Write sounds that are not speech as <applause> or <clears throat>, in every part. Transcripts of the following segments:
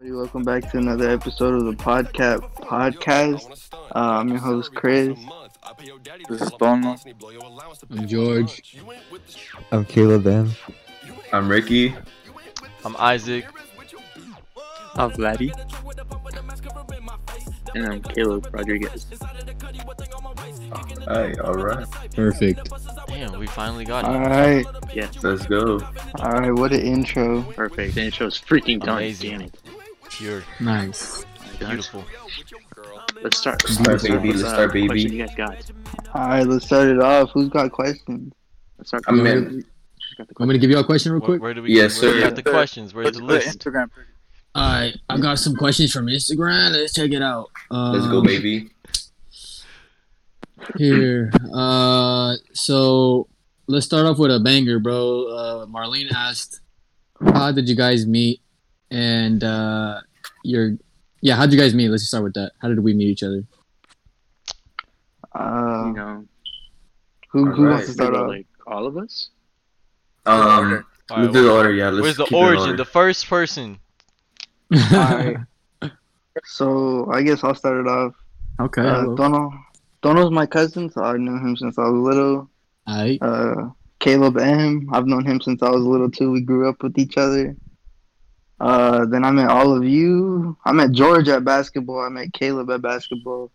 Hey, Welcome back to another episode of the podcast. Podcast. Uh, I'm your host Chris. This is Bono. I'm George. I'm Caleb M. I'm Ricky. I'm Isaac. I'm Vladdy. And I'm Caleb Rodriguez. Hey, all right, Perfect. Damn, we finally got All it. right, Yeah, let's go. all right. What an intro. perfect. And it shows freaking done. Amazing. Damn it. Pure, Nice. beautiful. Let's start. Let's start, baby. What's, Let's uh, start, Question you baby. guys got? All right, let's start it off. Who's got questions? Let's start. I'm You in. want Who's got the me to give y'all a question real Where, quick? where do we? Yes, where do we sir. got the questions. Where's the list? Instagram. Alright, I got some questions from Instagram. Let's check it out. Um, Let's go, baby. Here. Uh, so let's start off with a banger, bro. Uh, Marlene asked, "How did you guys meet?" And uh, your, yeah, how'd you guys meet? Let's just start with that. How did we meet each other? Uh, You know, who who All wants to right. start maybe, off? like all of us. Um, All right, let's do the order. Yeah, let's where's the keep it in origin? order. The first person. Alright. So I guess I'll start it off. <laughs> okay. Uh, well, Dono. Dono's my cousin, so I knew him since I was little. Alright. Uh, Caleb M. I've known him since I was little too. We grew up with each other. Uh, then I met all of you. I met George at basketball. I met Caleb at basketball.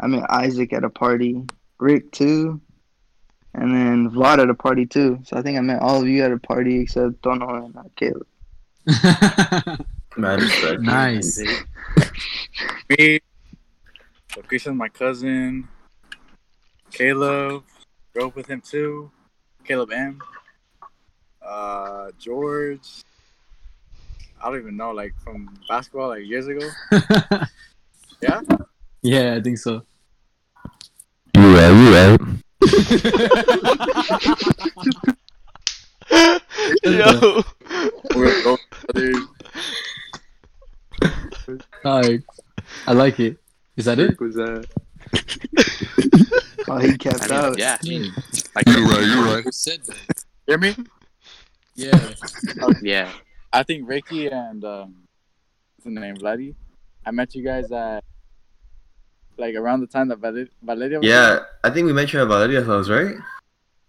I met Isaac at a party. Rick too. And then Vlad at a party too. So I think I met all of you at a party except Dono and uh, Caleb. Man, <laughs> respect. nice. Me. Lucretia's my cousin. Caleb. Grew up with him too. Caleb M. Uh, George. I don't even know, like from basketball, like years ago. Yeah? <laughs> Yeah, I think so. You right, you right. Yo, We were both brothers. Alright. I like it. Is that it? Was that? Oh, <laughs> he kept I mean, out. yeah. Like, You right, you right. hear me? Yeah. <laughs> <laughs> Yeah. I think Ricky and um, what's the name, Vladdy. I met you guys at like around the time that Val- Valeria. Was Yeah, I think we met you at Valeria's house, right? there.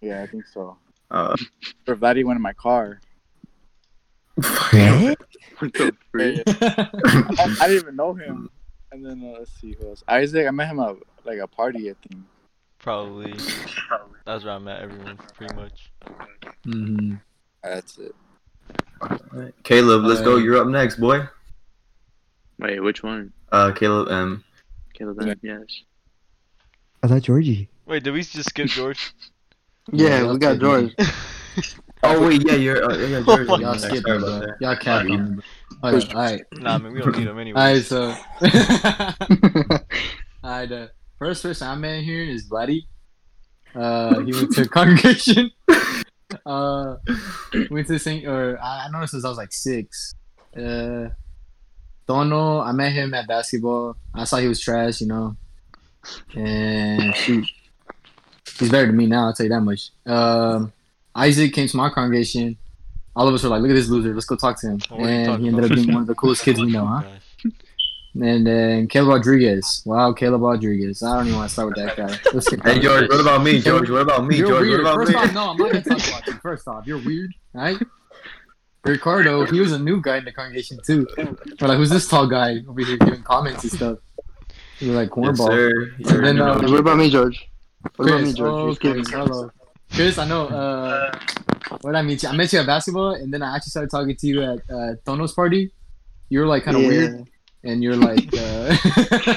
Yeah, I think so. Uh, Or Vladdy went in my car. Yeah, yeah. I, I didn't even know him. And then uh, let's see who else. Isaac. I met him at like a party. I think. probably. That's where I met everyone pretty much. Mm-hmm. Ah, That's it. <laughs> Caleb, let's Uh, go. You're up next, boy. Wait, which one? Uh, Caleb M. Caleb. then? Yes. I thought Georgie. Wait, did we just skip George? Yeah, we got George. Oh wait, yeah, you're. Uh, <laughs> yeah, you're Y'all you're Y'all next. skip Sorry me, about bro. that. Y'all cap Alright. on me. All right, all right, <laughs> Nah, man, we don't need him anyway. all right. So, <laughs> all right. The first person I met here is Buddy. Uh, he went to congregation. <laughs> Uh, went to Saint or I, I noticed since I was like six. Uh, don't know. I met him at basketball. I saw he was trash, you know. And shoot, he's better than me now. I'll tell you that much. Um, Isaac came to my congregation. All of us were like, "Look at this loser. Let's go talk to him." What were you and talking he ended up about? being one of the coolest kids we know, huh? Gosh. And then Caleb Rodriguez. Wow, Caleb Rodriguez. I don't even want to start with that <laughs> guy. Let's get Hey George, what about me? George, what about me? you're George, weird. what about First off, me? no, I'm not gonna talk about you. First off, you're weird, right? Ricardo, he was a new guy in the congregation too. We're like, who's this tall guy over here giving comments and stuff? You're like Yes, cornball. sir. You're then, in uh, order. What about me, George? What about me, Chris, George? oh, You're skipping. Chris, hello. Chris, I know. Uh, what I meet you? I met you at basketball, and then I actually started talking to you at uh, Tono's party. You were like kind of Yeah. weird, and you're like, uh,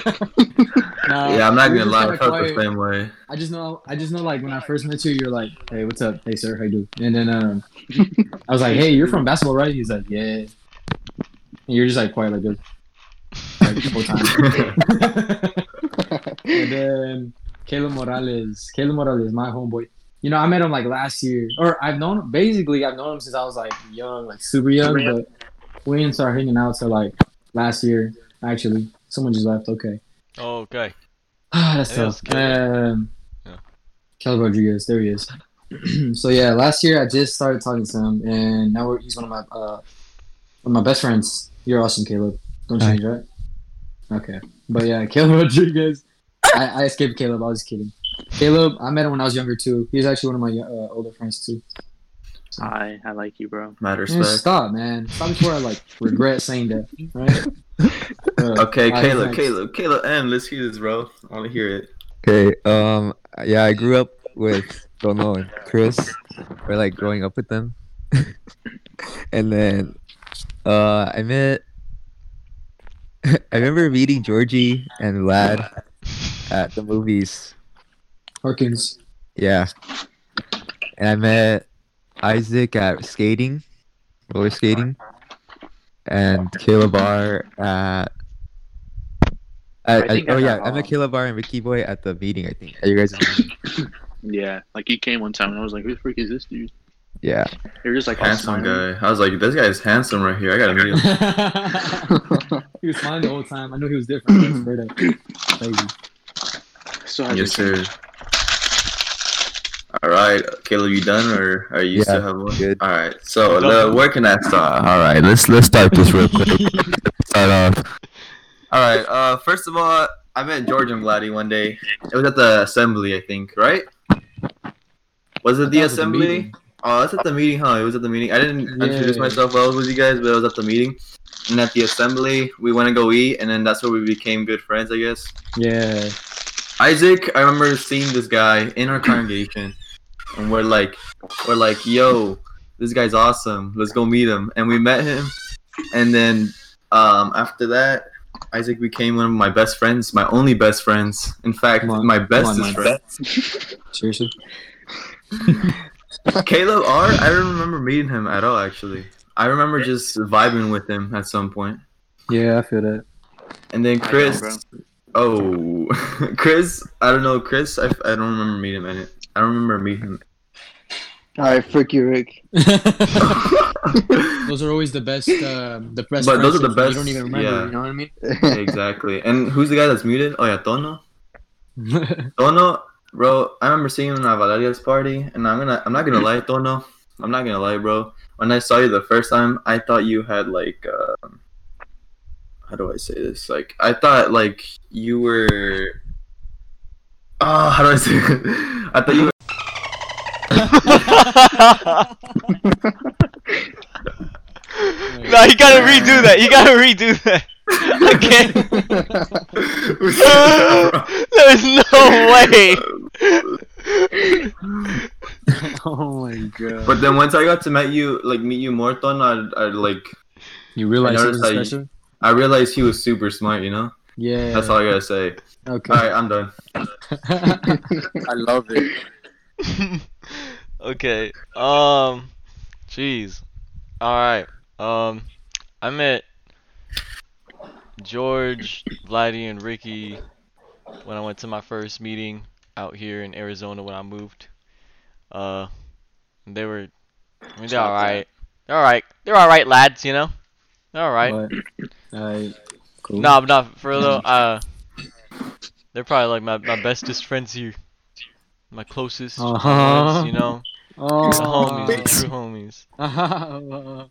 <laughs> nah, yeah, I'm not you gonna just lie. I kinda felt the quiet. same way. I just know, I just know, like when I first met you, you're like, "Hey, what's up? Hey, sir, how you do?" And then um, I was like, "Hey, you're from basketball, right?" He's like, "Yeah." And you're just like quiet like this, like the whole <laughs> time. and then Caleb Morales, Caleb Morales, my homeboy. You know, I met him like last year, or I've known basically I've known him since I was like young, like super young. But we didn't start hanging out till like last year. Actually, someone just left. Okay. Oh, okay. Ah, that's Yeah, tough. that's Um, Yeah. Caleb Rodriguez, there he is. <clears throat> so yeah, last year I just started talking to him, and now we're, he's one of my uh, one of my best friends. You're awesome, Caleb. Don't change that. Okay, but yeah, <laughs> Caleb Rodriguez. I, I escaped Caleb. I was kidding. Caleb, I met him when I was younger too. He was actually one of my uh, older friends too. I I like you, bro. Matter Man, respect. stop, man. Stop before I like regret saying that. Right? <laughs> Uh, Okay, I- Caleb, I- Caleb, Caleb M. Let's hear this, bro. I want to hear it. Okay. Um. Yeah, I grew up with Dono and Chris. We're like growing up with them, <laughs> and then uh, I met. <laughs> I remember meeting Georgie and Vlad at the movies. Harkins. Yeah, and I met Isaac at skating, roller skating, and Caleb R at. at- I think oh I yeah, got I met all. Caleb R and Ricky Boy at the meeting. I think at <laughs> you guys. Yeah, like he came one time and I was like, who the freak is this dude? yeah. They were just like all Handsome smiling. guy. I was like, this guy is handsome right here. I gotta <laughs> meet him. he was smiling the whole time. I knew he was different. I swear to- Crazy. So how's yes, your sir. All right, Caleb, you done or are you Yeah, still have one? good. All right, so Done. uh, where can I start? All right, let's let's start this <laughs> real quick. start off. All right. Uh, first of all, I met George and Vladdy one day. It was at the assembly, I think. Right? Was That it the was a assembly? meeting. Oh, that's at the meeting, huh? It was at the meeting. I didn't Yeah. introduce myself well with you guys, but I was at the meeting. And at the assembly, we went to go eat, and then that's where we became good friends, I guess. Yeah. Isaac, I remember seeing this guy in our congregation, and we're like, we're like, yo, this guy's awesome. Let's go meet him. And we met him, and then um, after that, Isaac became one of my best friends, my only best friends. In fact, Come on. my Come on, bestest man. friend. Seriously. Caleb R. I don't remember meeting him at all. Actually, I remember just vibing with him at some point. Yeah, I feel that. And then know, Chris. bro. Oh, <laughs> Chris. I don't know, Chris. I, I don't remember meeting him. In it. I don't remember meeting him. All right, frick you, Rick. <laughs> <laughs> those are always the best. Um, the best. But those are friendships the that best- You don't even remember. yeah. You know what I mean? exactly. And who's the guy that's muted? Oh yeah, Tono. Tono, bro. I remember seeing him at Valeria's party, and I'm gonna. I'm not gonna lie, Tono. I'm not gonna lie, bro. When I saw you the first time, I thought you had like. Um, how do I say this? Like, I thought like you were. Oh, how do I say? It? <laughs> I thought you. Were... no, you gotta redo that. You gotta redo that. I <laughs> can't. There's no way. <laughs> oh my god. But then once I got to met you, like meet you more, Tono, I, I like You realize I it noticed was how you- special. I realized he was super smart. You know, Yeah. that's all I gotta say. Okay. All right, I'm done. I love it. <laughs> okay. Um. Jeez. All right. Um. I met George, Vladdy, and Ricky when I went to my first meeting out here in Arizona when I moved. Uh, and they were. I mean, they're all right. They're all right. They're all right, lads. You know. They're all <laughs> right. Alright. Cool. No, but not for real though. Uh, they're probably like my, my bestest friends here, my closest Uh-huh. friends, you know, Oh. the homies, the true homies. Uh-huh.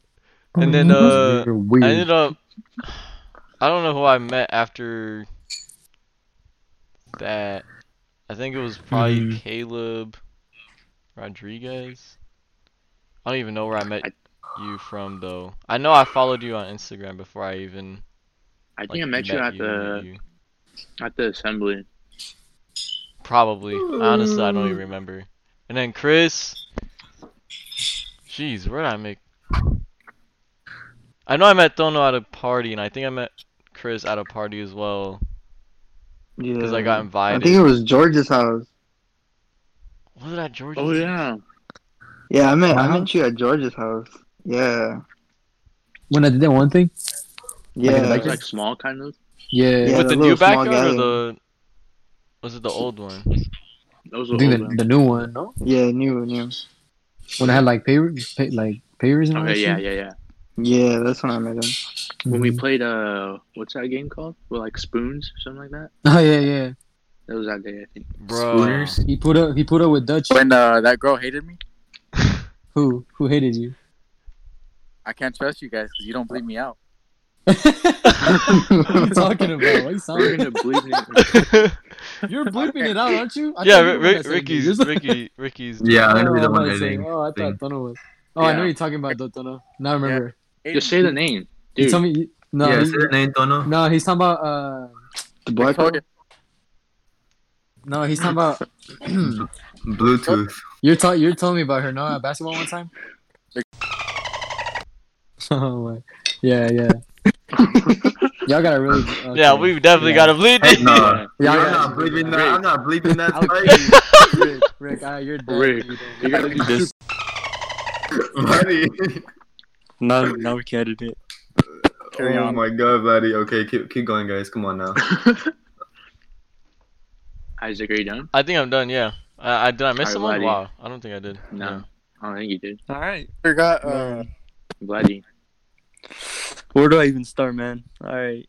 And then Oh. uh, You're I weird. ended up, I don't know who I met after that. I think it was probably Mhm. Caleb Rodriguez. I don't even know where I met I- you from though. I know I followed you on Instagram before I even. I Like, think I met you at met the you. at the assembly. Probably. Honestly, I don't even remember. And then Chris. Jeez, where did I make? I know I met Tono at a party, and I think I met Chris at a party as well Yeah. because I got Mm. I invited. think it was George's house. Was it at George's? Oh yeah. Yeah, I met I Uh-huh. Wow. met you at George's house. Yeah. <laughs> When I did that one thing? Yeah. It was like small kind of. Yeah. Yeah. With the the little new small backyard or gathering. the? Was it the old one? Those I were think old the, the new one, no? yeah, new one, yeah. When I had like pay, pay like payers and all Okay, that yeah, shit. yeah, yeah. Yeah, that's when I met him. When we Mhm. played uh what's that game called? With like spoons or something like that? <laughs> Oh yeah, yeah. That was that day I think. Bro. <laughs> Spooners? He put up he put up with Dutch. When uh, that girl hated me, Who who hated you? <laughs> <laughs> I can't trust you guys because you don't bleep me out. what are you talking about? What are you We're sounding? gonna bleep <laughs> it. You're bleeping it out, aren't you? I yeah, thought you Ri- were Ri- gonna say Ricky's yours. <laughs> Ricky <laughs> Ricky's. Yeah, I'm gonna oh, be the I'm one about to say, editing. oh, I thing. thought Dono was. Oh, I know Yeah. you're talking about Dono. Now I remember. Just say the name, dude. You tell me. you- No, yeah, he- say the name, Tono. no, he's talking about. Uh, The black Victoria. no, he's talking about. <clears throat> Bluetooth. You're ta- you're telling me about her no at basketball one time. <laughs> oh my. Yeah, yeah. Y'all gotta really. uh, okay. Yeah, we've definitely Yeah. got to bleed. Heck no. Uh, Yeah, You're yeah. not bleeping that. I'm not <laughs> bleeping that. I'll- <laughs> Sorry. Rick, Rick, uh, you're dead. Rick. You don't- <laughs> You gotta be Just- Buddy. Now, now we can edit it. Carry oh on. my god, buddy. Okay, keep, keep going, guys. Come on now. Isaac, are you done? <laughs> I think I'm done. Yeah. I, I did I miss Alright, someone? Vladdy. Wow, I don't think I did. No. I don't think Oh, you did. All right. forgot. Uh, Bloody. Where do I even start, man? All right.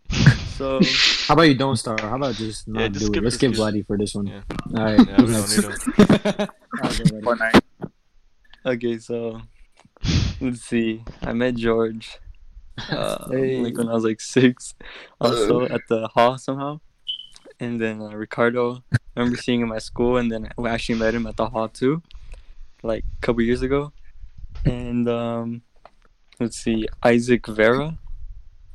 So How about you don't start? How about just not Yeah, do just skip it? Let's this, skip just- Vladdy for this one. Yeah. All right. Yeah, we <laughs> don't need him. Alright, Fortnite. okay, so let's see. I met George. Uh, Hey. Like when I was like six, also at the hall somehow, and then uh, Ricardo. I remember seeing him at school, and then I actually met him at the hall too, like a couple years ago. And um, let's see, Isaac Vera.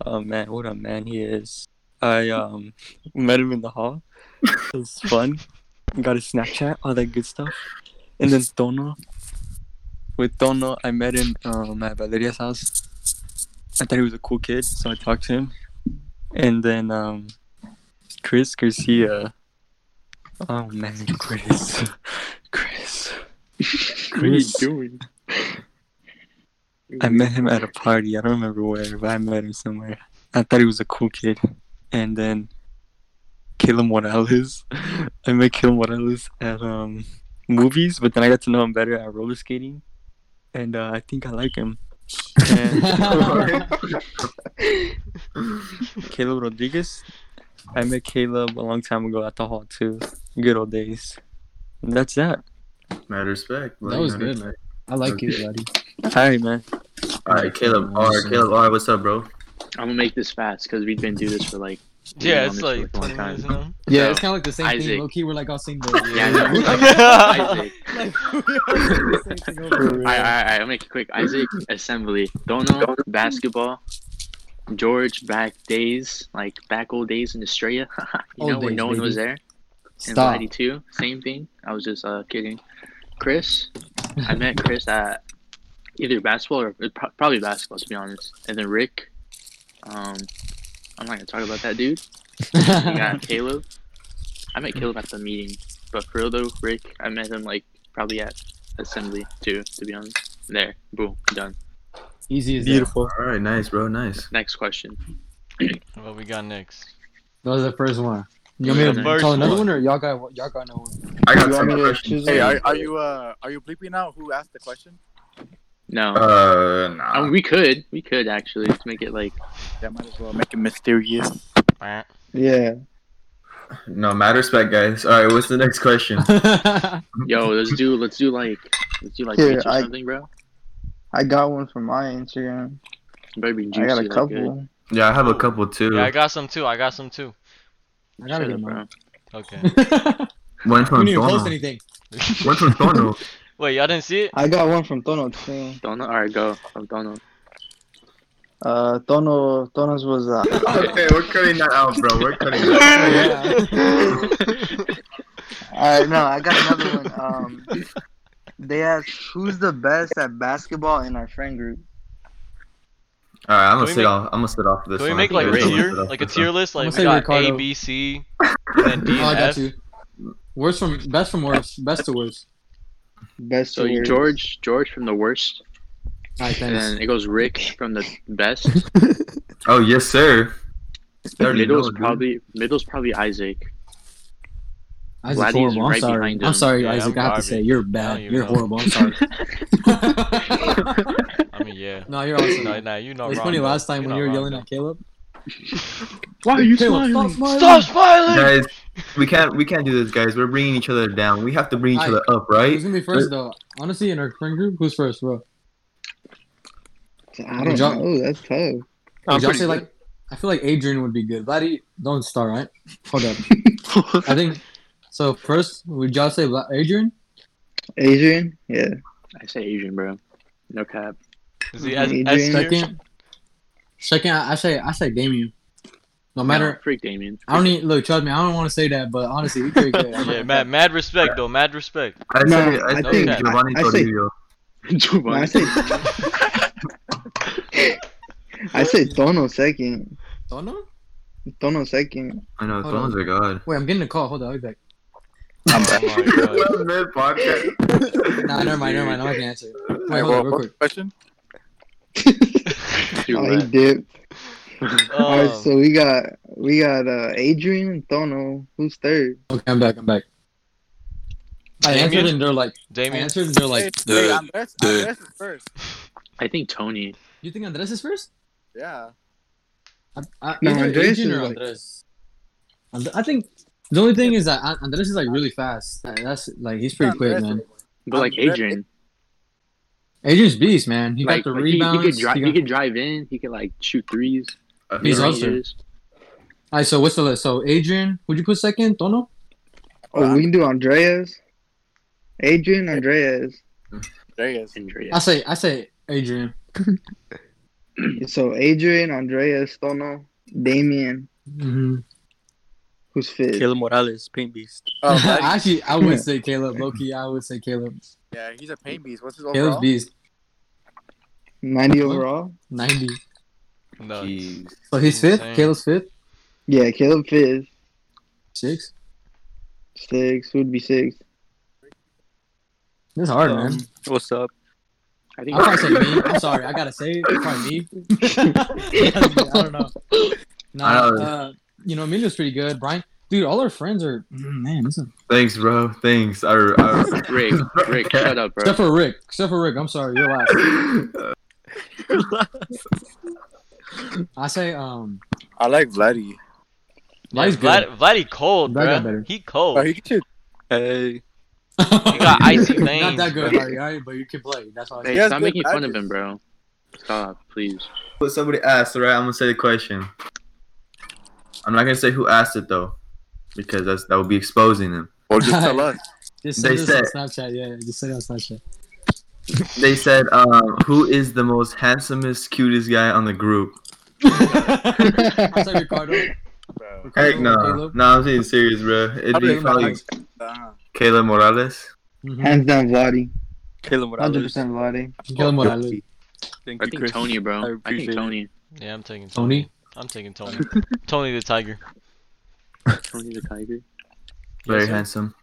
Oh man, what a man he is! I um met him in the hall. It was fun. Got his Snapchat, all that good stuff. And then Tono. With Tono, I met him um, at Valeria's house. I thought he was a cool kid, so I talked to him. And then um, Chris Garcia. Oh man, Chris, <laughs> Chris. What are you Chris. doing? I met him at a party. I don't remember where, but I met him somewhere. I thought he was a cool kid. And then Caleb Morales. <laughs> I met Caleb Morales at um movies, but then I got to know him better at roller skating. And uh, I think I like him. And <laughs> Caleb Rodriguez. I met Caleb a long time ago at the hall too. Good old days. And that's that. Mad respect. buddy, That was mad good. respect. I like you, Vladdy. All right, man. All right, Caleb. All right, Caleb. All right, what's up, bro? I'm gonna make this fast because we've been doing this for <laughs> like. Yeah, we've it's been on this like for, 20 minutes a long now. Yeah, So, it's kind of like the same Isaac. thing. Low key, we're like all same boat. Yeah, I know. <laughs> Isaac. I, I, I, I'll make it quick. <laughs> Isaac, assembly, Dono, basketball, George, back days, like back old days in Australia, <laughs> you Old know, when days, no one baby. was there. And Stop. Vladdy too, same thing. I was just uh, kidding. Chris, <laughs> I met Chris at either basketball or uh, pro- probably basketball, to be honest. And then Rick, um, I'm not gonna talk about that dude. <laughs> We got Caleb. I met Caleb at the meeting, but for real though, Rick, I met him like probably at assembly too, to be honest. There, boom, done. Easy as that. Beautiful. All right, nice, bro. Nice. Next question. What we got next? That was the first one. You want me The to first tell another one. one, or y'all got y'all got another <laughs> one? I got You want some me to questions. choose <laughs> Hey, are, are you uh are you bleeping out who asked the question? No, Uh, I mean, nah. we could, we could actually to make it like Yeah, might as well make it mysterious. Yeah. No, mad respect, guys. All right, what's the next question? Yo, let's do let's do like let's do like Here, Twitch or I- something, bro. I got one from my Instagram. Better be juicy. I got a like, good. couple. Yeah, I have a couple too. Yeah, I got some too. I got some too. I gotta Shut get up, mine. <laughs> Okay. One we from didn't even post Tono. anything. One from Tono. Wait, y'all didn't see it? I got one from Tono too. Don't know. All right, go. I'm <laughs> Oh, Donald. Uh, Tono, Tono's was uh, okay, we're cutting that out, bro. We're cutting that. <laughs> out. All right, no, I got another one. Um, they asked who's the best at basketball in our friend group. All right, I'm Can gonna we sit make- off. I'm gonna sit off this Can we one. make like I'm a Wait, gonna tier, sit off like a this tier list? Like we say got A, Ricardo. B, C, and then D, Oh, I and got F. you. Worst from best from worst, best to worst. Best. So to you worst. George, George from the worst, All right, and thanks. then it goes Rick from the <laughs> best. one. Oh yes, sir. There you middle's go, dude. probably middle's probably Isaac. Isaac's Vladdy's horrible. I'm right sorry. behind him. I'm sorry, Yeah, Isaac. I'm i have to garbage. say you're I bad. don't even You're know. horrible. I'm sorry. <laughs> I mean, yeah. no, you're awesome. No, no, you're it not was wrong. funny though. last time when not you were wrong, yelling though. at Caleb. Why are you Caleb, smiling? stop Stop smiling. smiling! Guys, we can't. We can't do this, guys. We're bringing each other down. We have to bring each I- other up, Who's right? gonna be first though? Honestly, in our friend group, who's first, bro? I don't John- know. That's tough. Would y'all pretty say good. like? I feel like Adrian would be good. Vladdy, don't start, right? Hold <laughs> up. I think so. First, would y'all say Vla- Adrian? <laughs> Adrian? Yeah. I say Asian, bro. No cap. Is he as, Adrian. as tier? Second, second, I I say I say Damien. No No, matter, freak Damien. I don't need look. Trust me, I don't want to say that, but honestly, we pretty good. <laughs> Yeah, mad, mad respect though. Mad <laughs> respect. I No, say, I, I think think- I- Giovanni I say- Toribio. No, I <laughs> say. I say Tono second. Don't know. Tono second. I know, Hold Tono's a god. Wait, I'm getting a call. Hold on, I'll be back. Oh my god. Nah, never mind, never mind. I'm not gonna answer. it. Wait, hold on, real quick. question? Oh, he dipped. All right, Um, so we got we got uh, Adrian and Tono. Who's third? Okay, I'm back. I'm back. I answered Damien? and they're like, I Damien, answered and they're Like, like, wait, Andres, dude. Andres is first. I think Tony. you think Andres is first? Yeah. I, I, No, either Andres is Adrian or like- Andres. And- I think the only thing is that An- Andres is like really fast. That- That's like he's pretty quick, Andres man. is- Um, But like Andre- Adrian, Adrian's beast, man. He like, got the like, he- rebounds. he, could drive. he He, got- could drive in. He could like shoot threes. Uh, He's mid also- ranges. All right, so what's the list? So Adrian, would you put second? Tono? Oh, we can do Andreas. Adrian Andreas. There he is. Andre. I say, I say Adrian. So Adrian Andreas Tono Damien. hmm Who's fifth? Caleb Morales, paint beast. Oh, Vladdy. Actually, <laughs> I <laughs> would say Caleb. Loki, I would say Caleb. yeah, he's a pain beast. What's his Caleb's overall? beast, Ninety overall. ninety. nuts. So he's fifth. Insane. Caleb's fifth. Yeah, Caleb fifth. Six. Six would be six. That's hard, Um, man. What's up? <laughs> I think I'll probably say me. I'm sorry. I gotta say it. Probably me. <laughs> I don't know. Nah, I don't know. uh, you know, Emilio's pretty good. Brian, dude, all our friends are. Mm, Man, this is- Thanks, bro. Thanks. I, I, Rick. <laughs> <laughs> Rick, shut up, bro. except for Rick. Except for Rick. I'm sorry. You're last. <laughs> I say, um, I like Vladdy. Yeah, Light's good. Vlad, Vladdy cold, Vlad got bro. better. He Oh, cold. he could shoot. Hey, He <laughs> got icy Not veins. that good, bro. buddy, all right, but you can play. That's all. I Hey, He has stop good making fun of badges. him, bro. Stop, please. what somebody asked, right? I'm gonna say the question. I'm not gonna say who asked it though, because that's that would be exposing them. Or <laughs> just tell us. Just They send us on Snapchat. Yeah, just send us on Snapchat. <laughs> They said, um, "Who is the most handsomest, cutest guy on the group?" I'll say Ricardo. Bro. Heck no, Caleb. no, I'm being serious, bro. It'd be Caleb. probably Uh-huh. Caleb Morales. Mhm. Hands down, Vladi. Caleb Hundred Morales. percent, Vladi. Caleb Morales. Thank I you, think Chris. Tony, bro. I I, appreciate think it. Tony. Yeah, I'm taking Tony? Tony. I'm <laughs> taking Tony. Tony the Tiger. Tony the Tiger. Very sir. handsome.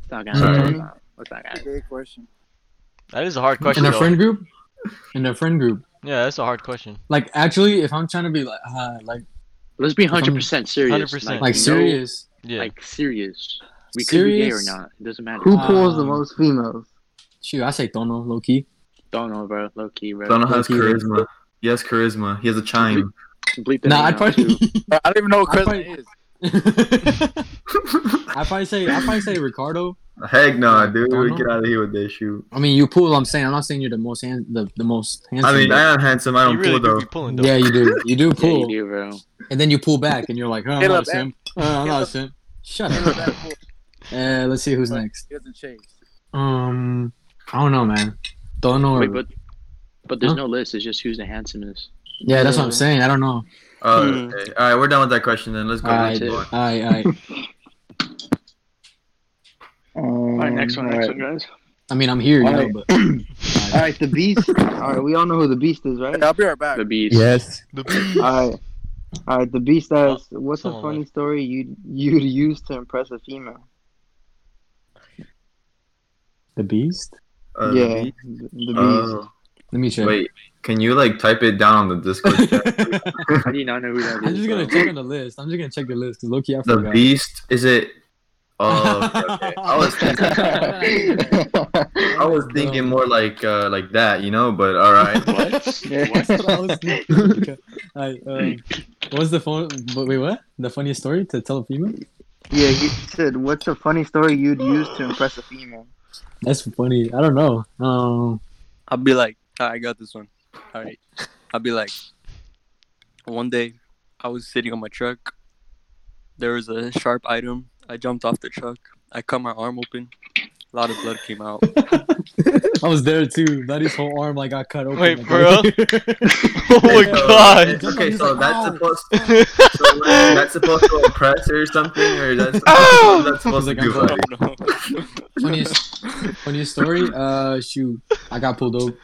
What's that guy? Sorry. What's that guy? Great question. That is a hard question. In our though. friend group. In our friend group. Yeah, that's a hard question. Like, actually, if I'm trying to be like, uh, like, Let's be hundred percent serious. like 100%. no- serious. Yeah. Like serious. We could Serious? be gay or not. It doesn't matter. Who pulls the Um, most females? Shoot, I say Tono, low key. Don't know, bro. Low key, bro. Donald has Thank you. charisma. He has charisma. He has a chime. Bleep the Nah, name I'd out, probably, too. Bro, I don't even know what I Chris probably- is. <laughs> I probably say, I probably say Ricardo. Heck no, dude. Donald? Get out of here with this shoot. I mean, you pull. I'm saying, I'm not saying you're the most hand, the, the most handsome. I mean, but- I am handsome. I You don't really pull do though. be pulling though. yeah, you do, you do Yeah, you pull, do, bro. and then you pull back, and you're like, oh, I'm Hit not a up, eh? simp. Uh, I'm Hit not a up. simp. Shut I don't know up. that fool. Uh, let's see who's next. He doesn't chase. Um, I don't know, man. Don't know. Wait, but but there's Huh? no list. It's just who's the handsomest. yeah, that's what I'm saying. I don't know. Oh, Hmm. okay. All right, we're done with that question then. Let's go. All right, Let's move on. all right, all right. Um, All right, next one, next one, guys. I mean, I'm here, you All know, right. but All <clears throat> right, the beast. All right, we all know who the beast is, right? Hey, I'll be right back. The beast. Yes. The <laughs> All right, all right. The beast asks, "What's a someone funny left. story you you'd use to impress a female?" the beast. Uh, the yeah, beast? the the beast. Oh, Let me check. wait, can you like type it down on the Discord chat? <laughs> I'm I do not know who that is. just gonna bro. check on the list. I'm just gonna check the list because Loki, I the forgot. beast? Is it? <laughs> Oh, okay, okay. I was thinking, I was thinking more like uh, like that, you know. But all <laughs> Oh right, <laughs> That's what I was thinking. Okay. Alright, um, what's the phone? But wait, what? The funniest story to tell a female? <laughs> yeah, he said, "What's a funny story you'd use to impress a female?" That's funny. I don't know. Um, I'll be like, "Ah, I got this one. All right. I'll be like, one day I was sitting on my truck. There was a sharp item. I jumped off the truck. I cut my arm open. A lot of blood came <laughs> out. I was there too. That whole arm like got cut open. Wait, like, for real? <laughs> <laughs> Oh my So, god. Okay, so He's like, that's "Ow." supposed so like, that's supposed to impress her or something, or that's <laughs> Ow! that's supposed to He's like, do I'm buddy. no. funniest, funniest story. Uh, shoot, I got pulled over.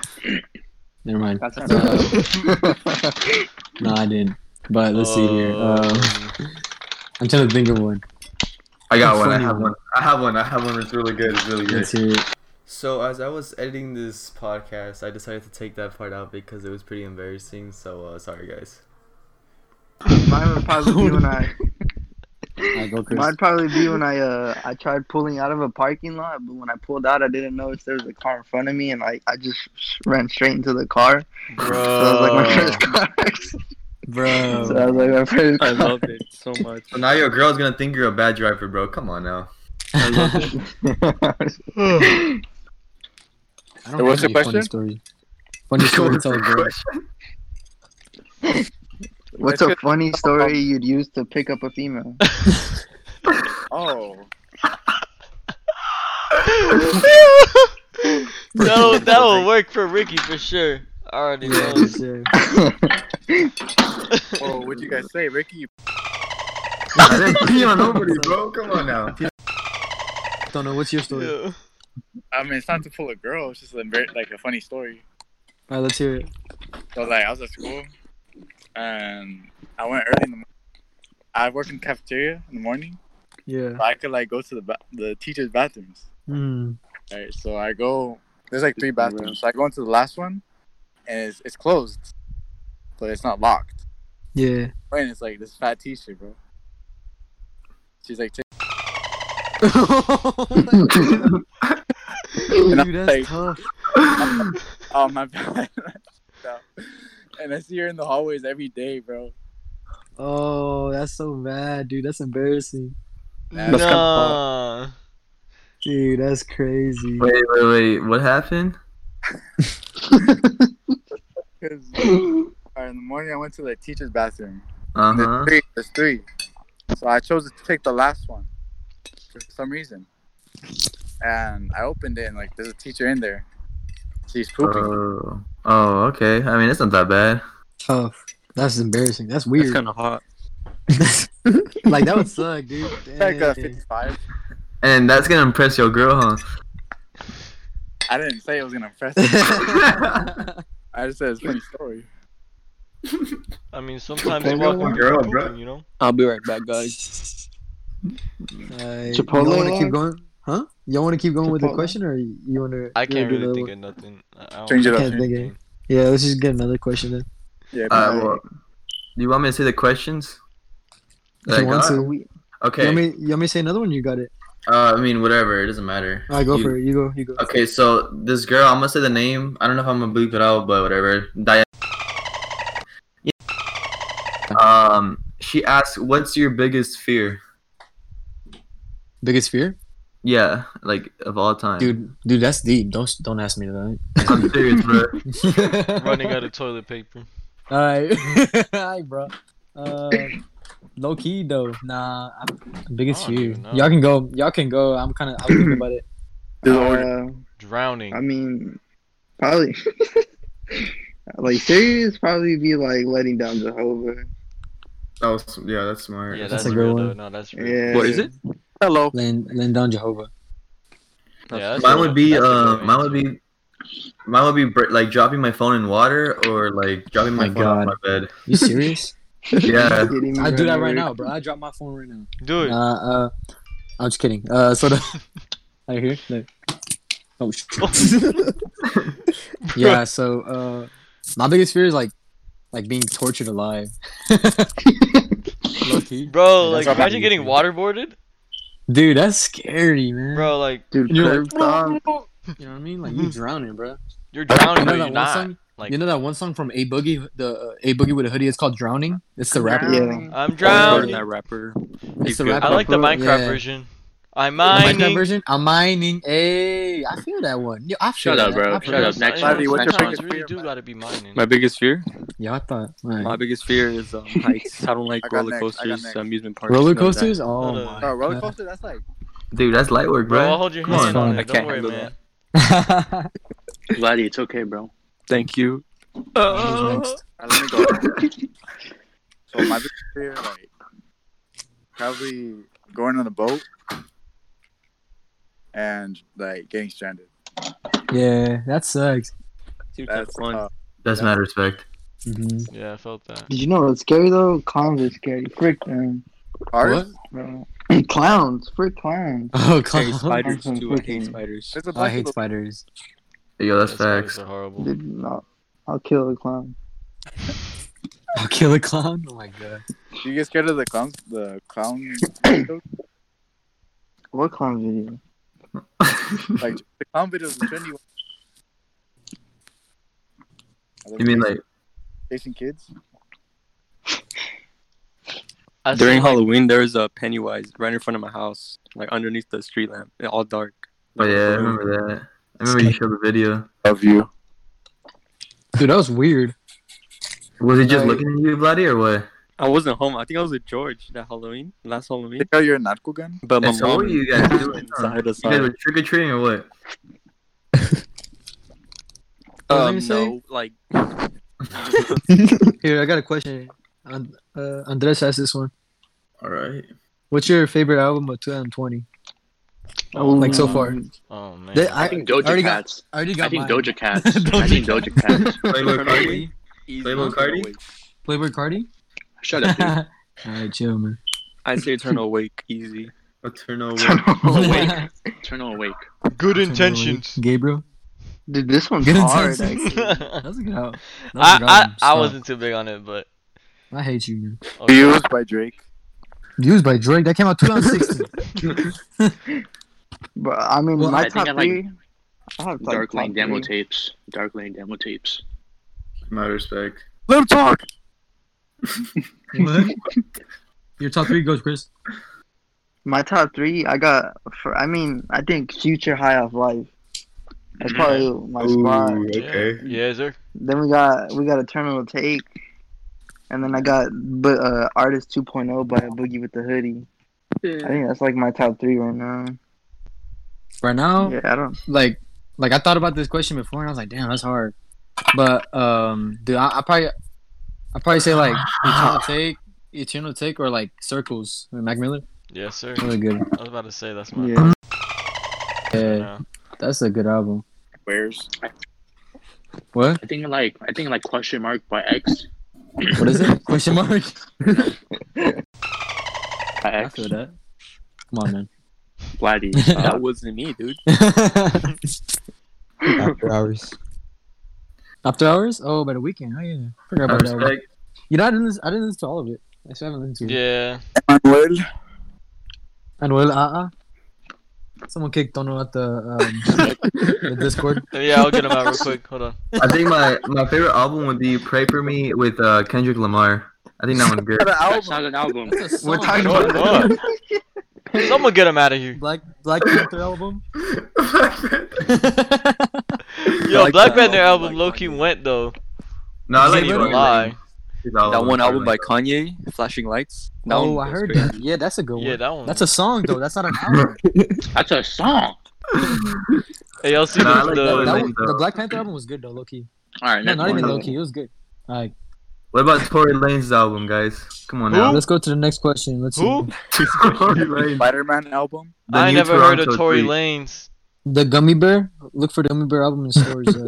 Never mind. <laughs> That's not bad. Uh, no, I didn't. But let's see here. Uh, I'm trying to think of one. I got one. I Funny have one. one. I have one. I have one. It's really good. It's really good. Let's hear it. So as I was editing this podcast, I decided to take that part out because it was pretty embarrassing. So uh, sorry, guys. Mine would probably be when <laughs> I All right, go, Chris. Mine'd probably be when I uh I tried pulling out of a parking lot, but when I pulled out, I didn't notice there was a car in front of me, and I I just s- ran straight into the car. So that was like my first car. <laughs> accident. Bro. so that was like my first. I Car. love it so much. So now your girl's gonna think you're a bad driver, bro. Come on <laughs> now. I love it. I don't Hey, what's have the any funny question? story. Funny story to tell, <laughs> bro. <laughs> What's a funny story you'd use to pick up a <laughs> female? Oh, no, that will work for Ricky for sure. I already <laughs> know. oh, what you guys say, Ricky? I didn't pee on nobody, bro. Come on now. Don't know what's your story. All Yeah. I mean, it's not to pull a girl. It's just a very, like a funny story. right, let's hear it. So like, I was at school, and I went early in the. morning. I worked in the cafeteria in the morning, <laughs> Yeah. so I could like go to the ba- the teachers' bathrooms. Mm. Right, so I go. There's like three bathrooms. So I go into the last one, and it's, it's closed, but it's not locked. <laughs> Yeah. And it's like this fat teacher, bro. She's like, "Take-" Dude, I'm that's like- tough. <laughs> "Oh my bad." <laughs> So- and I see her in the hallways every day, bro. Oh, that's so bad, dude. That's embarrassing. That's kinda Nah. Dude, that's crazy. Wait, wait, wait. What happened? Cause, <laughs> or in the morning, I went to the teacher's bathroom. Uh There's huh. three. There's three. So I chose to take the last one for some reason. And I opened it, and like, there's a teacher in there. She's pooping. Oh. oh, okay. I mean, it's not that bad. Tough. Oh, That's embarrassing. That's That's weird. kind of hot. <laughs> like that would suck, dude. like uh, Dang. 55. And that's gonna impress your girl, huh? I didn't say it was gonna <laughs> impress. her. I just said it's a funny story. I mean, sometimes Chipotle you walk one? with your Girl, pooping, bro. you know? I'll be right back, guys. Alright, Chipotle Y'all want to keep one? going? Huh? Y'all want to keep going with the Chipotle. question, or you want to? I can't really think of nothing. I- I don't Change it up. Can't think of. Yeah, let's just get another question then. Yeah. Uh, well, do you want me to say the questions? If Like, you want uh, to, you Okay. want me, you want me to say another one? You got it. Uh, I mean, whatever. It doesn't matter. All right, go You- for it. You go. You go. Okay, so this girl, I'm gonna say the name. I don't know if I'm gonna bleep it out, but whatever. Diane. Um, she asked, "What's your biggest fear?" Biggest fear, Yeah, like of all Um, time. dude. Dude, that's deep. Don't don't ask me <laughs> that. I'm serious, <laughs> bro. Running out of toilet paper. All right, <laughs> all right, bro. Uh, low key though. Nah, I'm, biggest I don't fear. even know. Y'all can go. Y'all can go. I'm kind of. I'm thinking about it. Uh, Drowning. I mean, probably. <laughs> like serious, probably be like letting down Jehovah. That was yeah, that's smart. yeah, that's that's, a good real though. one. No, that's real. Yeah. <laughs> What is it? Hello. Land, land down Jehovah. Yeah, that's mine a- would be that's a uh, good mine would answer. be, mine would be br- like dropping my phone in water or like Oh dropping my, my phone God. on my bed. You serious? Yeah. I do that right now, bro. I drop my phone right now. Dude, Uh, uh, I'm just kidding. Uh, so <laughs> the right here. Look. Oh shit. <laughs> yeah. So uh, my biggest fear is like, like being tortured alive. Low key. bro, That's like how bad imagine you getting feel. waterboarded, Dude, that's scary, man. bro. Like Dude, You're curb stop. You know what I mean? Like you drowning, bro. you're drowning, You know Mm-hmm. that but you're one not. song? Like You know that one song from A Boogie, the uh, A Boogie with a hoodie. It's called "Drowning." It's the rapper. Yeah. Um, I'm Heard drowning. that rapper. It's the good. rapper. I like the Minecraft Yeah. version. I'm Like that mining. version? I'm mining. Hey, I feel that one. Yo, I feel Shut that. up, bro. I feel Shut that. up. Next I one. know, What's your sometimes biggest really fear, do man? gotta be mining. My biggest fear? Yeah, I thought. alright. My biggest fear is <laughs> um, heights. I don't like I got roller next, I got coasters, next. amusement parks. Roller none of that. coasters? Oh Hold my. up. Bro, roller God. coaster, that's like Dude, that's light work, Bro, I'll bro. hold your Come on. hand on I it. Don't can't worry, handle man. Vladdy, it's okay, bro. Thank you. <laughs> Who's Uh, next? Alright, let me go. so my biggest fear, like, probably going on a boat and like getting stranded. Yeah, that <laughs> sucks. dude, That's that's fun. uh, That's mad respect. Mhm. Yeah, I felt that. Did you know what's scary though? Clowns are scary. Frick them, hard. What? bro. <clears throat> clowns, frick clowns. Oh, I hate God. spiders too. I hate spiders. There's a I bunch hate of spiders. Yo, that's Yeah, spiders facts. are horrible. Dude, no, I'll kill a clown. <laughs> I'll kill a clown. Oh my god. Do you get scared of the clowns? The <coughs> clown, What clown video? like the clown videos, the trendy ones. I <laughs> love you mean like chasing kids? I During seen, like, Halloween, there was a Pennywise right in front of my house, like underneath the street lamp, and all dark. Oh yeah, I remember that. I remember you showed the video. Of you. Dude, that was weird. Was he just Like- looking at you, Vladdy, or what? I wasn't home. I think I was with George that Halloween, last Halloween. Take out your narco gun. But my And so what mom were you guys doing? huh? inside us. You guys were trick or treating or what? I Um, was gonna no, like Here, I got a question. And- Uh, Andres asked this one. All right. What's your favorite album of 2020? Oh, Like so <laughs> far. Oh man. They- I, I think Doja already got- Cat's. I already got I think mine. <laughs> Doja Cat's. I think Doja Cat's. <laughs> Playboy Cardi. easy. Playboy Cardi? Playboy Cardi? <laughs> <laughs> Shut up, dude. Alright, chill, man. I'd say turn awake easy. Eternal. <laughs> Awake. Turn on awake. Good Gabriel? Dude, this one's Good hard. intentions. <laughs> Actually. I, That's a good album. I, I wasn't too big on it, but I hate you, man. okay. Views by Drake. Used by Drake. That came out <laughs> 2016. But I mean, Well, my I think top I like three. I have like Dark Lane top demo three. tapes. Dark Lane demo tapes. My respect. Let him talk. what? Your top three goes, Chris. My top three, I got. For, I mean, I think Future High Off Life. That's probably my spot. okay. Yeah, sir. Then we got we got a terminal take, and then I got but uh, artist 2.0 by a boogie with the hoodie. I think that's like my top three right now. Right now, Yeah, I don't. like, like I thought about this question before, and I was like, damn, that's hard. But um, dude, I, I probably, I probably say like <sighs> eternal take, eternal take, or like circles. with Mac Miller, Yes, sir. really good. I was about to say that's my. Yeah. Yeah, that's a good album. Where's? What? I think I like I think I like question mark by X. What is <laughs> it? Question mark. By I X. feel that. Come on, man. Vladdy. <laughs> That wasn't me, dude. After hours. After hours? Oh, by the weekend. Oh yeah, forgot My about that. One. respect. You know, I didn't. Listen, I didn't listen to all of it. I still haven't listened to it. Yeah. Manuel. And well, uh, uh someone kicked Tono at the um, <laughs> the Discord. Yeah, I'll get him out real quick. <laughs> Hold on. I think my my favorite album would be "Pray for Me" with uh, Kendrick Lamar. I think that one's good. Got an That's album. not an album. We're talking Hold about on. Someone get him out of here. Black Black Panther <laughs> album. Yo, like Black that Panther album, album like low key Kanye. went though. no, I like Is it Young really? Lie. His That one album by like Kanye, Flashing Lights. That one oh, I goes heard crazy. that. Yeah, that's a good Yeah, one. that one. That's a song though. That's not <laughs> an album. That's a song. Hey, y'all see Nah, I like the, the- that That one. one- the Black Panther album was good though, low key. All right, No, next not one. even low key. It was good. All right, What about Tory Lane's album, guys? Come on now. let's go to the next question. Let's who? see. <laughs> Tory Lanez. Spider-Man album. The I new never heard of Toronto Tory tweet. Lanez. The Gummy Bear. Look for the Gummy Bear album in stores. <laughs>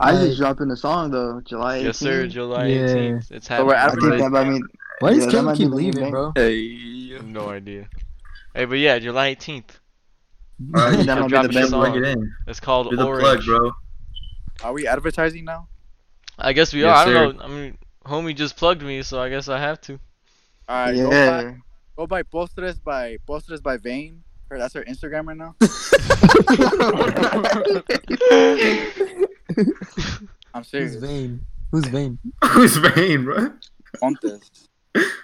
Uh, I Like- just dropped in a song though, July. Yes, sir. 18th. July Yeah. 18th. It's So we're I happening. think that by me. why Yeah, does that Caleb might keep be the new leaving, band. bro? Hey, No idea. Hey, but yeah, July 18th. All right, That I'm might be the dropping best this plug one. it in. It's called Do the Orange. plug, bro. Are we advertising now? I guess we Yes, are. I sir. don't know. I mean, homie just plugged me, so I guess I have to. All right. Go buy, Yeah. go buy postres by postres by Vane. Her, that's her Instagram right <laughs> now. I'm Who's serious. vain? Who's vain? Who's vain, bro? Want this?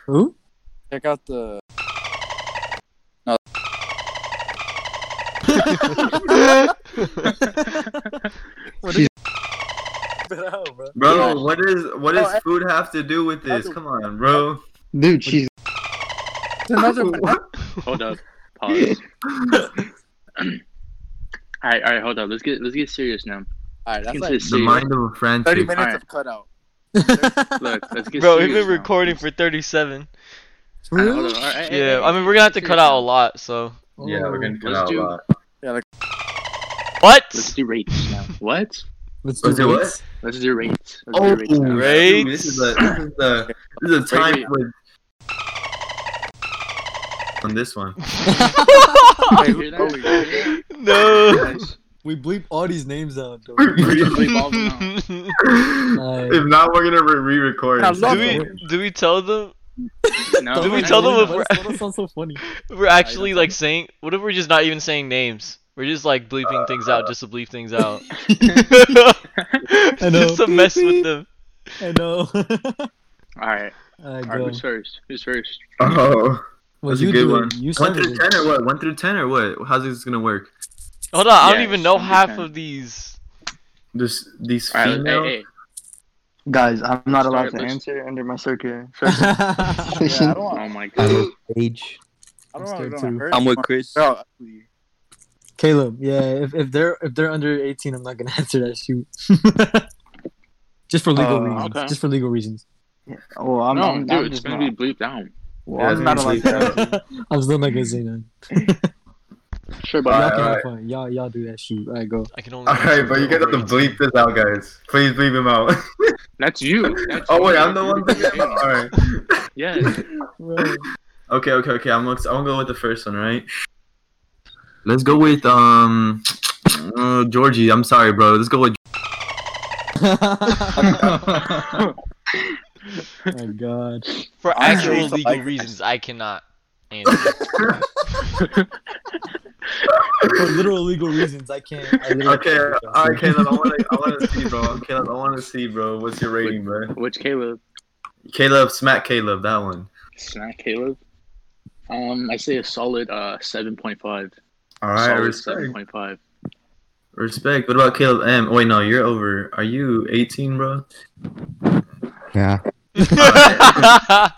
Who? Check out the Bro, bro. Bro, what is what Oh, does I- food have to do with this? Other- Come on, bro. Dude, she's It's another Hold <laughs> up. <clears throat> Pause. all right, all right, hold up. Let's get let's get serious now. Alright, that's Let's like get The serious. mind of a 30 frantic. minutes Alright. of cutout. Look, let's get <laughs> Bro, serious. we've been now. recording for 37. All right, hold up. All right, hey, hey, Yeah, I hey, mean, we're gonna have to serious cut out now. a lot, so. Yeah, we're gonna cut Let's out a do- lot. Let's What? do rates now. What? Let's Let's do what? this. Let's do rates. Let's Oh, do rates now. Rates. This is a this is a this is a Wait, time wait. with on this <laughs> one. Wait, hear that? Wait, <laughs> <laughs> hear <laughs> No. that? Guys, We bleep all these names out. Though. if Leave all of them out. not, we're gonna re- re-record. I love do it. we do we tell them No, Do we I tell them don't if know. we're- That sounds so funny. <laughs> we're actually tell like saying what if we're just not even saying names? We're just like bleeping things out just to <laughs> bleep things out. <laughs> I know. just to mess with them. I know. All right, I all right. go. Who's first? Who's first? Oh, Well, that's you a good do it. one. You One started through it. ten or what? One through ten or what? How's this gonna work? Hold on, I don't Yeah, even know it's half 100%. of these. This these All right, female. hey, hey. guys. I'm not allowed Sorry, to let's- answer under my circuit. Yeah, <laughs> I don't want, Oh my god. I age. I don't I'm want to scared go too. on her. I'm Chris. Bro, Caleb, yeah. If, if they're if they're under eighteen, I'm not gonna <laughs> answer that shoot. just for legal Oh, Uh, reasons. okay. Just for legal reasons. <laughs> Oh, I'm, no, I'm, dude, I'm it's just gonna not- be bleeped down. well, Yeah, I'm not it's allowed gonna to be <laughs> answer. <laughs> I'm still not gonna say none. Sure, Y'all can but Alright, have alright. fun. Y'all y'all do that shoot. Alright, <laughs> go. I can only All right, but you guys have to bleep this out, guys. Please bleep him out. that's you. That's <laughs> oh you. wait, I'm the one. You're Bleeping? the All right. Yeah. Okay, okay, okay. I'm gonna, I'm gonna go with the first one, right? Let's go with um, uh, Georgie. I'm sorry, bro. Let's go with. <laughs> my god. For I actual actually- legal reasons, I cannot <laughs> answer. For literal legal reasons, I can't. I literally can't okay, do that. all right, Caleb. I wanna, I wanna see, bro. Caleb, I wanna see, bro. What's your rating, bro? Which Caleb? Caleb, smack Caleb. That one. Snack Caleb. Um, I say a solid uh seven point five. All right, solid respect. seven point five. Respect. What about Caleb M? Wait, no, you're over. Are you 18, bro? Yeah.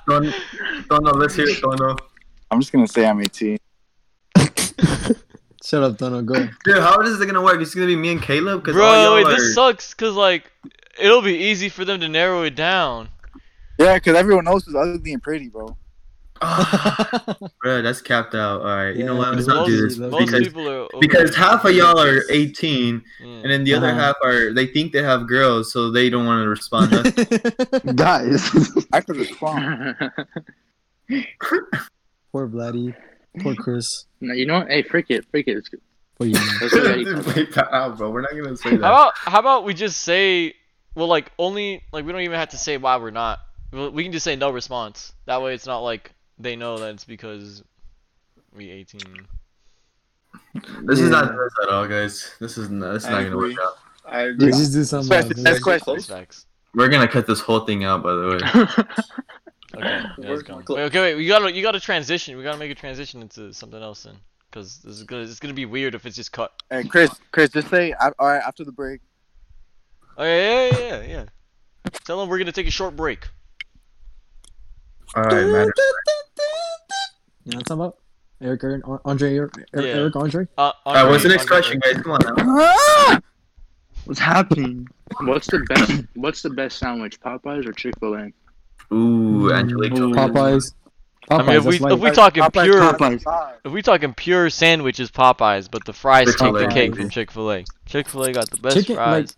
Don, Dono, let's hear it, Dono. I'm just gonna say I'm 18. Shut up, Dono. Go. Dude, how is it gonna work? It's gonna be me and Caleb? <laughs> Cause all Bro, y'all wait, are- this sucks because like it'll be easy for them to narrow it down. Yeah, because everyone else is ugly and pretty, bro. <laughs> Bro, that's capped out. All right, you know Yeah, what? Let's because not do most- this most Most because people are over- because half of y'all are 18, Yeah. and then the other Uh-huh. half are they think they have girls, so they don't want to respond. <laughs> That's- Guys, I <laughs> could respond. Poor Vladdy. Poor Chris. no, you know what? Hey, frick it, frick it. It's good. Poor you. <laughs> Let's do Dude, that. bleep that out, bro. We're not gonna say How that. about how about we just say well like only like we don't even have to say why we're not. We we can just say no response. That way it's not like they know that it's because we 18. This is not this at all, guys. This is not, this is I not gonna work agree. out. I agree. Just do something. uh, Especially else. next question. That's facts. We're gonna cut this whole thing out, by the way. <laughs> Okay, yeah, it's gone. Wait, okay, wait. We gotta you gotta transition. We gotta make a transition into something else then, because this is gonna it's gonna be weird if it's just cut. Hey, Chris, Chris, just say, I, all right, after the break. Oh yeah, yeah, yeah, yeah. Tell them we're gonna take a short break. All right, man. You know what I'm talking about? Eric, Aaron, Andre, Eric, Yeah. Eric, Andre. Uh, All right, what's the Andre- next Andre- question, guys? Come on. Now. what's happening? What's the best? What's the best sandwich, Popeyes or Chick Fil A? Ooh, Angelique. Ooh. Popeyes. Popeyes. I mean, if we that's why- if we talking Popeyes, pure Popeyes. Five. If we talking pure sandwiches, Popeyes, but the fries take the Chick-fil-A. cake from Chick Fil A. Chick Fil A got the best Chicken, fries,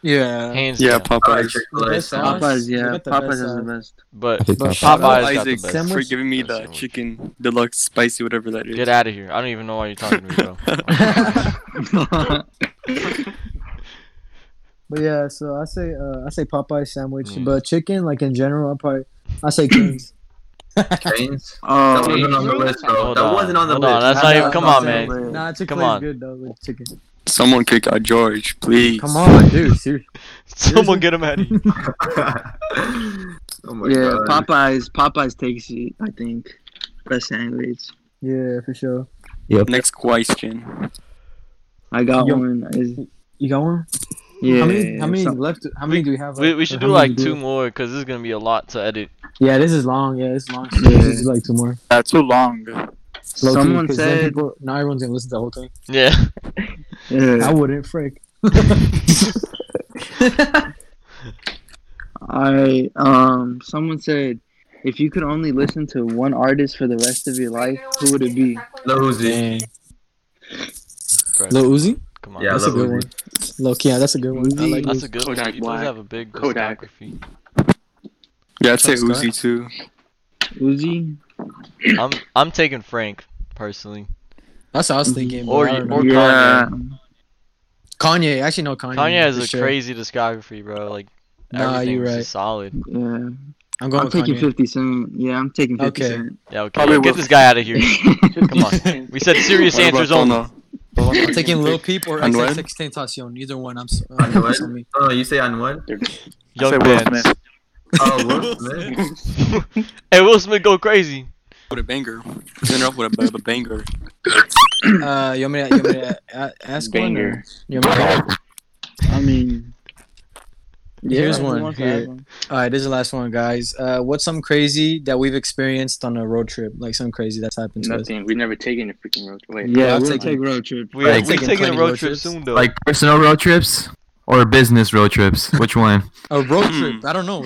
yeah. hands yeah, down. All right, Popeyes. Chick-fil-A. Yes, All Popeyes. Popeyes, They yeah, got the Popeyes best is the sauce. best. But think But Popeyes. shout out Popeyes got the Isaac best. Sandwich. Sandwich? for giving me the Sandwich. chicken deluxe spicy, whatever that Get out of here! I don't even know why you're talking to me, <laughs> bro. But yeah, so I say uh, I say Popeye sandwich, Mm. but chicken like in general, I probably I say Kings. Chains. That Oh, wasn't on the list, bro. Hold that on, wasn't on the hold list. on, that's not even. Come on, man. Nah, Chick Come Fil on. is good though with chicken. Someone kick out George, please. Come on, dude. Seriously. <laughs> Someone get him out of here. <laughs> oh my yeah, god. Popeyes. Popeyes takes it, I think. Best sandwich. Yeah, for sure. Next question. I got Yo. one. Is- You got one? yeah. how many? How many some- left? How many do we have? We, left? we Or should how do like many two more because this is gonna be a lot to edit. <laughs> Yeah, this is long. Yeah, it's long. Yeah. This is like two more. Yeah, too long. Low key, Someone 'cause then said- people- now everyone's gonna listen to the whole thing. Yeah. I Yeah. wouldn't, Frick. I um. Someone said, if you could only listen to one artist for the rest of your life, who would it be? Lil Uzi. Dang. Bruh, Lil Uzi? come on. Yeah, That's a Lil good Uzi. one. Low key, yeah, that's a good one. I like That's Uzi. a good Kodak one. He does Black. have a big Kodak. discography. <clears throat> Yeah, I'd say Chuck Scott. Uzi too. Uzi. I'm I'm taking Frank personally. That's what I was thinking. but Or I don't you- know. or Mm-hmm. yeah. Kanye. Actually, no, Kanye. Kanye has for a sure. crazy discography, bro. Like Nah, everything you're is right. just solid. Yeah. I'm going I'm with taking Kanye. 50 Cent. Yeah, I'm taking 50 Okay. Cent. Yeah, okay. Probably Get will. this guy out of here. Come on. Cent. We said serious What about answers only. Tono? I'm taking Lil Peep or And when? XXX Tentacion. Either one. I'm. s- uh, And when? it's on me. Oh, you say on what? Young Will Benz. Smith. Oh, Will Smith. <laughs> hey, Will Smith go crazy. What a banger. Turn it up with a, with a banger. Uh, you want me to, you want me to a- ask one? Or, Banger. you want me to- <laughs> I mean, yeah, that's Here's the one, for here. everyone. all right, this is the last one, guys. Uh, what's some crazy that we've experienced on a road trip? Like something crazy that's happened to us. Nothing. We've never taken a freaking road. Wait. Yeah, I'll we'll take take road trip. We, Like, we're taking taking, a plenty road road trip trips. soon though. Like personal road trips or business road trips? Which one? A road trip? I don't <laughs> know.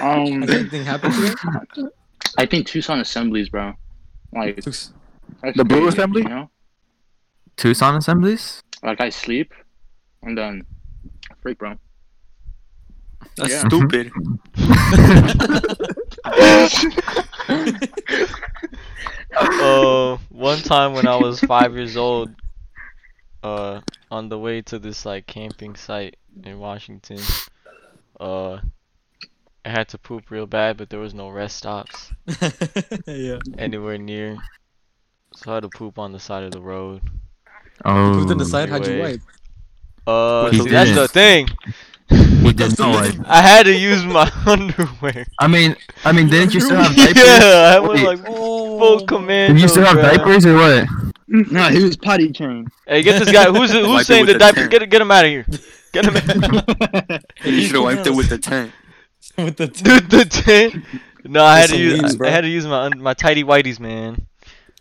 Um, Has anything happened to you? I think Tucson assemblies, bro. Like Tucs- that's The Blue crazy, Assembly? You know, Tucson assemblies? like I sleep, and then freak, bro. That's Yeah. stupid. uh, one time when <laughs> I was five years old, uh, on the way to this like camping site in Washington, uh, I had to poop real bad, but there was no rest stops <laughs> yeah. anywhere near, so I had to poop on the side of the road. Oh, Pooped in the side. How'd you Anyway. wipe? Uh, He so that's the didn't. thing. He did not. I had to use my <laughs> underwear. I mean, I mean, didn't you still have diapers? <laughs> yeah, I was Wait. like Oh. full command. Did you still have diapers or what? No, he was potty trained. Hey, get <laughs> this guy. Who's Wipe it who's saying with the the diaper? tent. Get get him out of here. Get him. Out. <laughs> You should have wiped it with the tent. with the Dude, the tent. No, I had That's to some use memes, I- I bro. had to use my un- my tidy whities, man.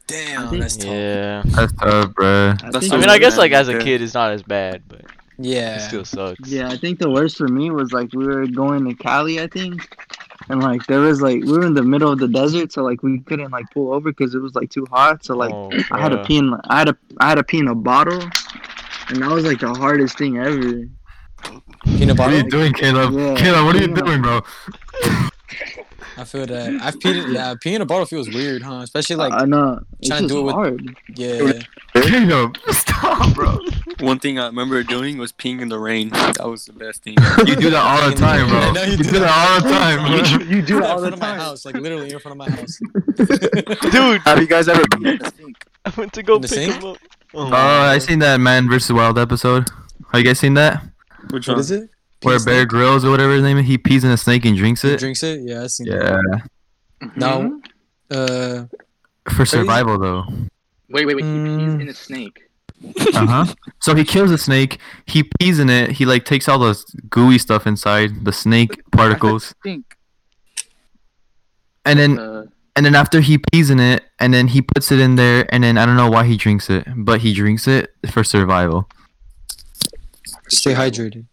damn. That's tough. Yeah. Yeah. That's tough, bro. That's think I Oh, mean, I guess man, like as a yeah. kid, it's not as bad, but it still sucks. Yeah, I think the worst for me was like we were going to Cali, I think, and like there was like we were in the middle of the desert, so like we couldn't like pull over because it was like too hot. So like Oh, I had to bruh. pee in I had a I had to pee in a bottle, and that was like the hardest thing ever. Peanut What are butter. you doing, Caleb? Yeah. Caleb, what are you Yeah. doing, bro? I feel that. I've <laughs> peed. Yeah, peeing in a bottle feels weird, huh? Especially like I know it's trying to just do it with- hard. yeah. Caleb, <laughs> stop, bro. One thing I remember doing was peeing in the rain. That was the best <laughs> thing. You do that all the time, I bro. know you You do. do that all the time, bro. you do in it all front the of my time. house, like literally <laughs> in front of my house. <laughs> Dude, <laughs> Have you guys ever been <laughs> in the sink? I went to go In the pick sink? him up. Oh, Oh, I seen that Man vs. Wild episode. Have you guys seen that? Which What one? is it? Where Peas Bear Grylls or whatever his name is, he pees in a snake and drinks that- it. drinks it. Yeah, I seen that. Yeah, Mm-hmm. No. Uh, for survival though. Wait, wait, wait. He pees Mm. in a snake. Uh huh. So he kills a snake. He pees in it. He like takes all those gooey stuff inside the snake particles, Sink. and then Uh, and then after he pees in it, and then he puts it in there, and then I don't know why he drinks it, but he drinks it for survival. stay hydrated.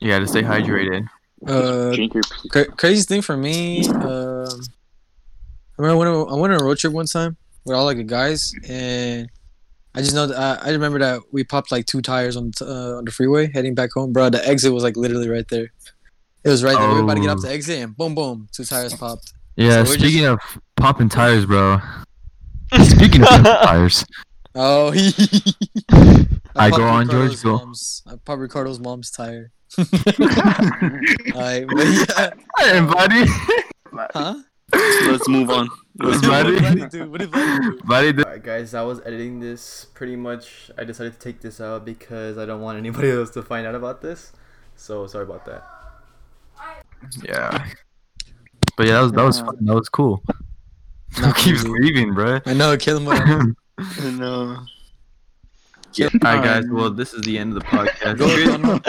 Yeah, to stay hydrated. Uh, drink your. cra- craziest thing for me. Um, I remember when I- I went on a road trip one time with all like the guys, and I just know that I, I remember that we popped like two tires on t- uh, on the freeway heading back home, bro. The exit was like literally right there. It was right there. We were about to get off Oh. the exit, and boom, boom, two tires popped. Yeah. So we're speaking of popping tires, bro. Speaking <laughs> of popping tires, Oh, <laughs> I go popped on George Ricardo's Go. mom's- I popped Ricardo's mom's <laughs> tire. <laughs> Alright, but yeah, hey, buddy, huh? Let's move <laughs> on. Let's move on. buddy, Bloody dude, <laughs> what did Bloody <laughs> do? buddy. Alright guys, I was editing this pretty much. I decided to take this out because I don't want anybody <laughs> else to find out about this. So sorry about that. Yeah. But yeah, that was that was fun. That was cool. Who Not <laughs> keeps easy. <laughs> leaving, bro? I know, kill him. No. <laughs> Yeah. All right, guys. Well, this is the end of the podcast. Go, Dono.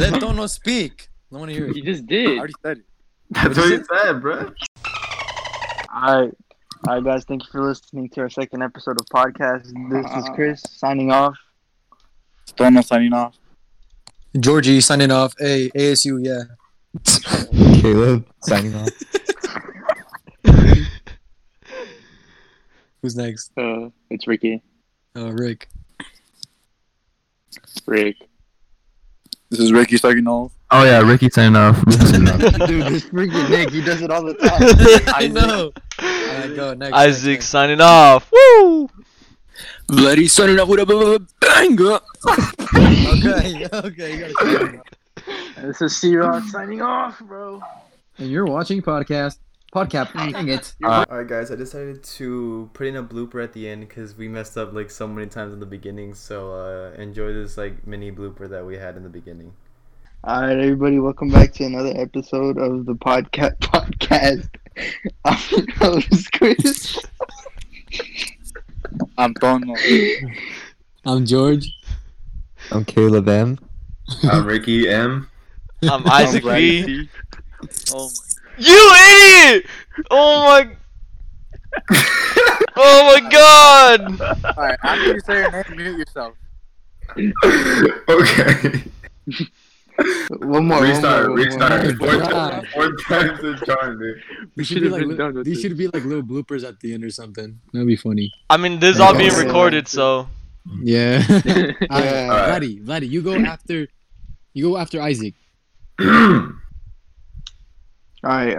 Let Dono speak. I want to hear You it. just I did. already said it. <laughs> That's what you said, bro. All right. All right, guys. Thank you for listening to our second episode of podcast. This <laughs> is Chris signing off. Dono signing off. Georgie signing off. Hey, ASU, yeah. Caleb signing off. Who's next? Uh, it's Ricky. Uh, Rick. Rick. This is Ricky signing off. Oh yeah, Ricky signing off. Dude, this freaking Nick, he does it all the time. <laughs> I <laughs> know. Alright, go next. Isaac signing off. Woo! Bloody signing off with a banger. okay, okay, you gotta sign off. This is C Rock signing off, bro. And you're watching podcast. Podcast. Dang it. All right, guys. I decided to put in a blooper at the end because we messed up like so many times in the beginning. So uh, enjoy this like mini blooper that we had in the beginning. All right, everybody. Welcome back to another episode of the podcast. <laughs> Podcast. I'm your host, Chris. I'm Dono. I'm George. I'm Caleb M. I'm Uh, Ricky M. <laughs> I'm Isaac Brad B. C. Oh You idiot! Oh my. oh my god! my. All right. After you say your name, mute yourself. okay. One more. Restart. one more, one more. Restart. Four God. times. Four times the charm, dude. We should be like li- these should be like little bloopers at the end or something. That'd be funny. I mean, this is all being Yeah. recorded, so Mm. <laughs> Yeah. All right, Yeah. Vladdy, Vladdy, you go after, you go after Isaac. All right.